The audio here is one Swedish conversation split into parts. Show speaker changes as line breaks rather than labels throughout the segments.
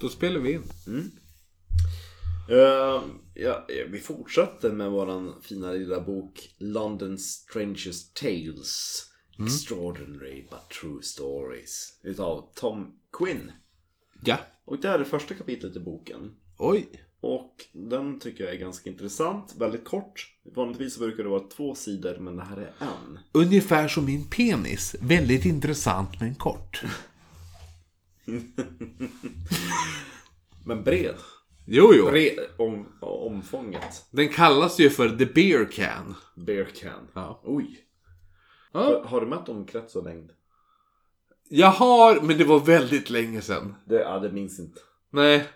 Då spelar vi in.
Eh, ja, eh, vi fortsätter med våran fina lilla bok London Strangest Tales Extraordinary But True Stories Utav Tom Quinn
Ja.
Och det här är första kapitlet i boken
Oj.
Och den tycker jag är ganska intressant, väldigt kort Vanligtvis så brukar det vara två sidor men det här är en
Ungefär som min penis. Väldigt intressant men kort.
Men bred,
Jo, jo.
bred om, omfånget
Den kallas ju för The Beer Can.
Bear can
Ja.
Oj
Ja.
Har du mätt omkrets och längd?
Jag har, men det var väldigt länge sedan.
Det, ja, det minns inte
Nej.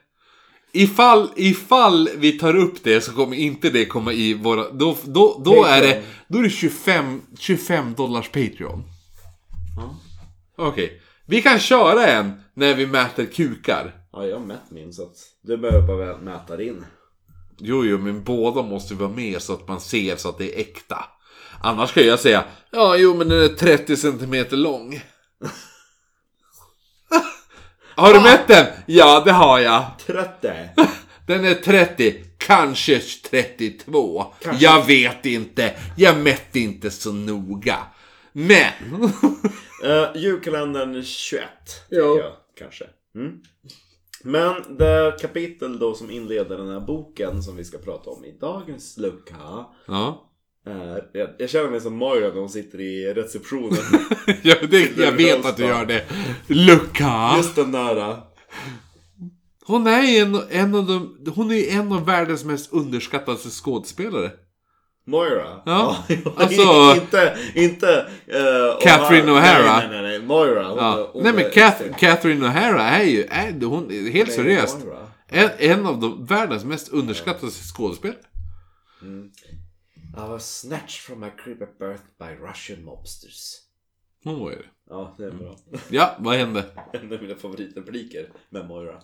Ifall, ifall vi tar upp det så kommer inte det komma i våra... Då, då, då är det, då är det 25, 25 dollars Patreon.
Ja.
Okej. Vi kan köra en när vi mäter kukar.
Ja, jag har mätt min så att du behöver bara mäta din.
Jo, jo, men båda måste vara med så att man ser så att det är äkta. Annars kan jag säga, ja, jo, men den är 30 centimeter lång. har du mätt den? Ja, det har jag.
30!
Den är 30, kanske 32. Jag vet inte, jag mätte inte så noga. Men,
uh, julkalendern 21, tänker
Ja.
jag kanske. Mm. Men det kapitel då som inleder den här boken som vi ska prata om i dagens lucka
ja.
är... Jag, jag känner mig som Moira när hon sitter i receptionen.
Jag, det, jag vet att du gör det. Lucka!
Just den där. eh,
Hon är ju en, en, av de, hon är en av världens mest underskattade skådespelare.
Moira?
Ja.
alltså...
Alltså-
inte... inte eh,
Catherine O'Hara.
Nej, nej, nej. Moira. Hon,
Ja.
hon
Nej men
är-
Kath, Catherine O'Hara är ju, är, hon, är helt
Nej,
seriöst,
Moira.
en, en av de världens mest underskattade skådespelare.
Mm. I was snatched from my crib at birth by Russian mobsters. Mm.
Hon var ju det.
Ja, det är bra.
Ja, vad hände?
En av mina favoritrepliker med Moira.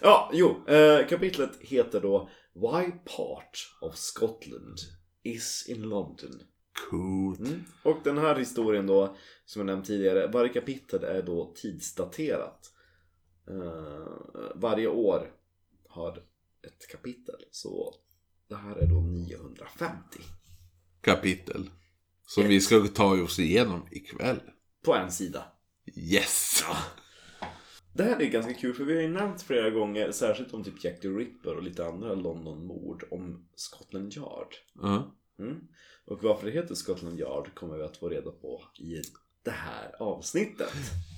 Ja, jo. Eh, kapitlet heter då Why part of Scotland is in London. Mm.
Coolt.
Och den här historien då, som jag nämnt tidigare, varje kapitel är då tidsdaterat. Eh, varje år har ett kapitel. Så det här är då 950
kapitel. Som vi ska ta oss igenom ikväll.
på en sida.
Yes!
Det här är ganska kul för vi har ju nämnt flera gånger, särskilt om typ Jack the Ripper och lite andra London-mord, om Scotland Yard.
Ja.
Mm. Och varför det heter Scotland Yard kommer vi att få reda på i det här avsnittet.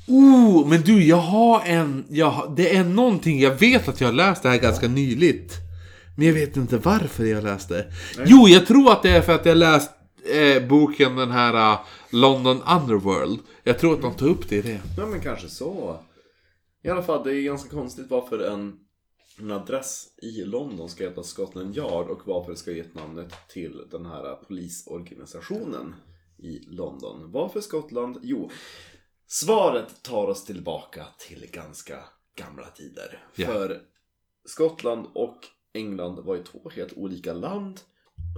Oh, men du, jag har en... Jag har, det är någonting, jag vet att jag har läst det här ganska nyligt. Men jag vet inte varför jag läste det. Jo, jag tror att det är för att jag läst eh, boken den här eh, London Underworld. Jag tror att de tar upp det i det.
Ja men kanske så. I alla fall, det är ganska konstigt varför en, en adress i London ska heta Scotland Yard och varför det ska ha gett namnet till den här polisorganisationen i London. Varför Skottland? Jo, svaret tar oss tillbaka till ganska gamla tider.
Ja.
För Skottland och England var ju två helt olika land.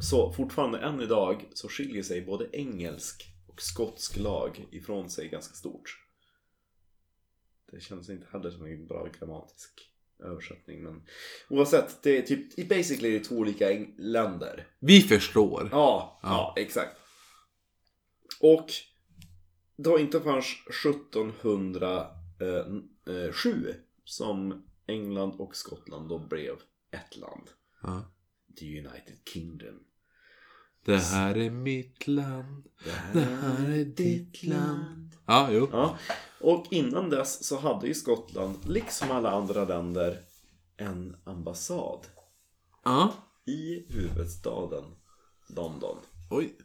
Så fortfarande än idag så skiljer sig både engelsk och skotsk lag ifrån sig ganska stort. Det känns inte heller som en bra grammatisk översättning men oavsett, det är typ i basically två olika eng- länder.
Vi förstår.
Ja,
Ja.
ja. exakt. Och det var inte förrän 1707 som England och Skottland då blev ett land.
Ja.
The United Kingdom.
Det här är mitt land.
Det här
Det här är ditt land. Ja, jo.
Ja. Och innan dess så hade ju Skottland, liksom alla andra länder, en ambassad
Ja.
i huvudstaden London.
Oj.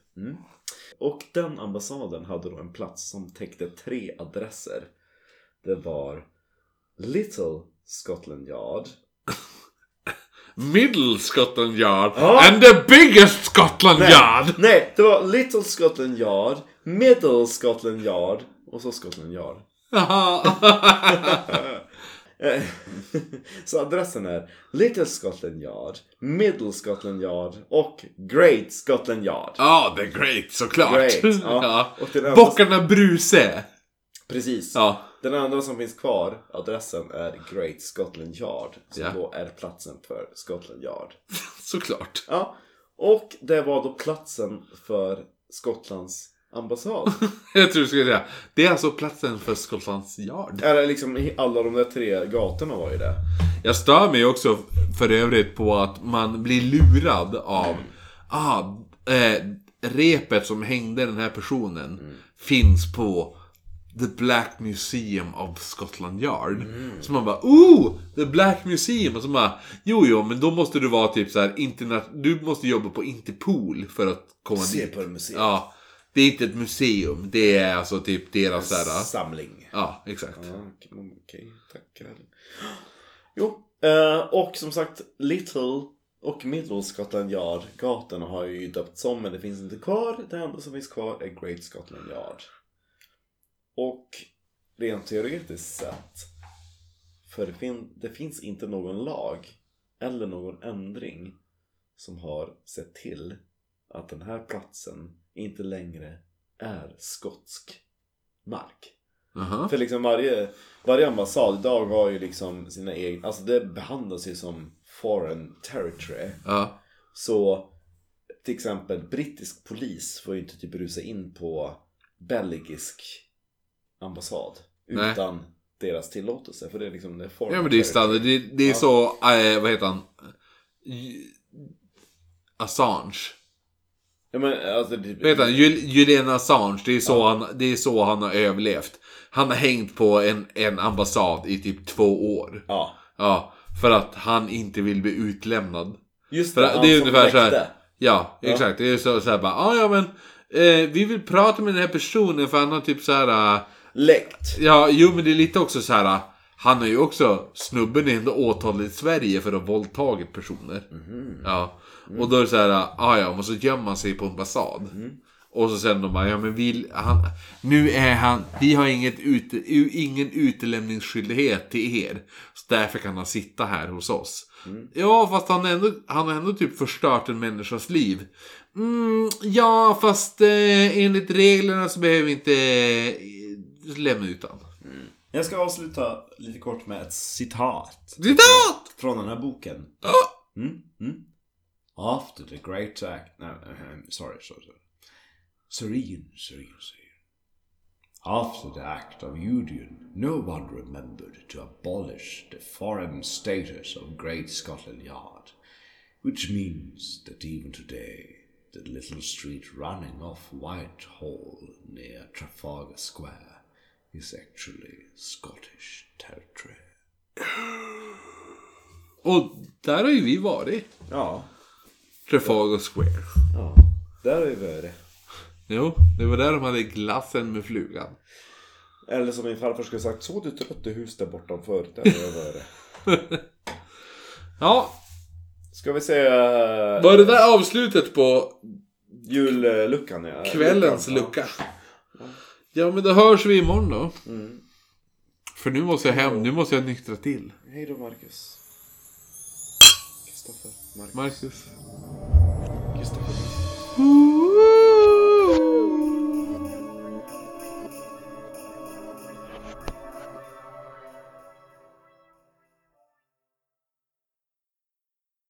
Och den ambassaden hade då en plats som täckte tre adresser. Det var Little Scotland Yard.
Middle Scotland Yard.
Ja.
And the biggest Scotland Yard.
Nej, det var Little Scotland Yard, Middle Scotland Yard och så Scotland Yard. Eh, Så adressen är Little Scotland Yard, Middle Scotland Yard och Great Scotland Yard.
Ja, det är great såklart.
Great, ja.
Ja.
Och till den-
Bockarna Bruse.
Precis.
Ja.
Den andra som finns kvar, adressen är Great Scotland Yard. Som
Ja.
då är platsen för Scotland Yard.
Såklart.
Ja, och det var då platsen för Skottlands ambassad.
Jag tror du skulle säga. Det är alltså platsen för Scotlands Yard.
Eller liksom i alla de där tre gatorna var ju det.
Jag stör mig också för övrigt på att man blir lurad av ah, eh, repet som hängde den här personen
Mm.
finns på The Black Museum of Scotland Yard.
Mm.
Så man bara oh! The Black Museum! Och så bara jo jo men då måste du vara typ så här interna- du måste jobba på Interpol för att komma
Se
dit.
på museet.
Ja. Det är inte ett museum, det är alltså typ deras så här,
Samling.
Ja, exakt.
Ja, okej, okej, tackar. Jo, eh, och som sagt Little och Middle Scotland Yard. Gatorna har ju döpts om men det finns inte kvar. Det enda som finns kvar är Great Scotland Yard. Och rent teoretiskt sett. För det, fin- det finns inte någon lag eller någon ändring som har sett till att den här platsen inte längre är skotsk mark.
Aha.
För liksom varje, varje ambassad idag har ju liksom sina egna, alltså det behandlas ju som foreign territory.
Ja.
Så till exempel brittisk polis får ju inte typ rusa in på belgisk ambassad
Nej.
utan deras tillåtelse. För det är liksom det är foreign
Ja men det är
territory.
standard. Det, det är
Ja.
så, eh, vad heter han? J- Assange.
Ja, men, alltså, det,
Vad heter han? Jul- Julian Assange. Det är, så han, det är så han har överlevt. Han har hängt på en, en ambassad i typ två år.
Ja,
Ja, för att han inte vill bli utlämnad.
just
För
han
det är
som
ungefär så här.
väckte.
Ja, exakt. Det är så, så här bara, ah, ja men eh, vi vill prata med den här personen för han har typ så här... eh,
Läckt.
Ja, jo men det är lite också så här. Han har ju också, snubben är ändå åtalad i Sverige för att ha våldtagit personer. Ja. Och då är det så här, ah, ja, och så gömmer man sig på en ambassad. Och så sen de bara, ja men vi, han, nu är han, vi har inget ute, u- ingen utelämningsskyldighet till er. Så därför kan han sitta här hos oss. Ja, fast han, är ändå, han har ändå typ förstört en människas liv. Mm, ja, fast eh, enligt reglerna så behöver vi inte eh, lämna ut honom.
Jag ska avsluta lite kort med ett citat.
Citat!
Från den här boken.
Ja.
Mm, mm. After the great act... No, ahem, sorry, sorry, sorry. Serene, serene, serene. After the act of union, no one remembered to abolish the foreign status of Great Scotland Yard, which means that even today, the little street running off Whitehall near Trafalgar Square is actually Scottish territory.
Och där har ju vi varit.
Ja,
Trafalgar Square.
ja. Där är vi över.
Jo, det var där de hade glassen med flugan.
Eller som min farfar skulle sagt, såg du ett rött hus där bortanför? Där över.
Ja,
Ska vi se eh,
var det där avslutet på
julluckan? Ja.
kvällens
Luckan,
lucka? Ja, men då hörs vi imorgon då. För nu måste jag hem, nu måste jag nyktra till.
ja. Hej då Marcus. Kristoffer. Marcus.
Marcus.
Kristoffer.
Ooh.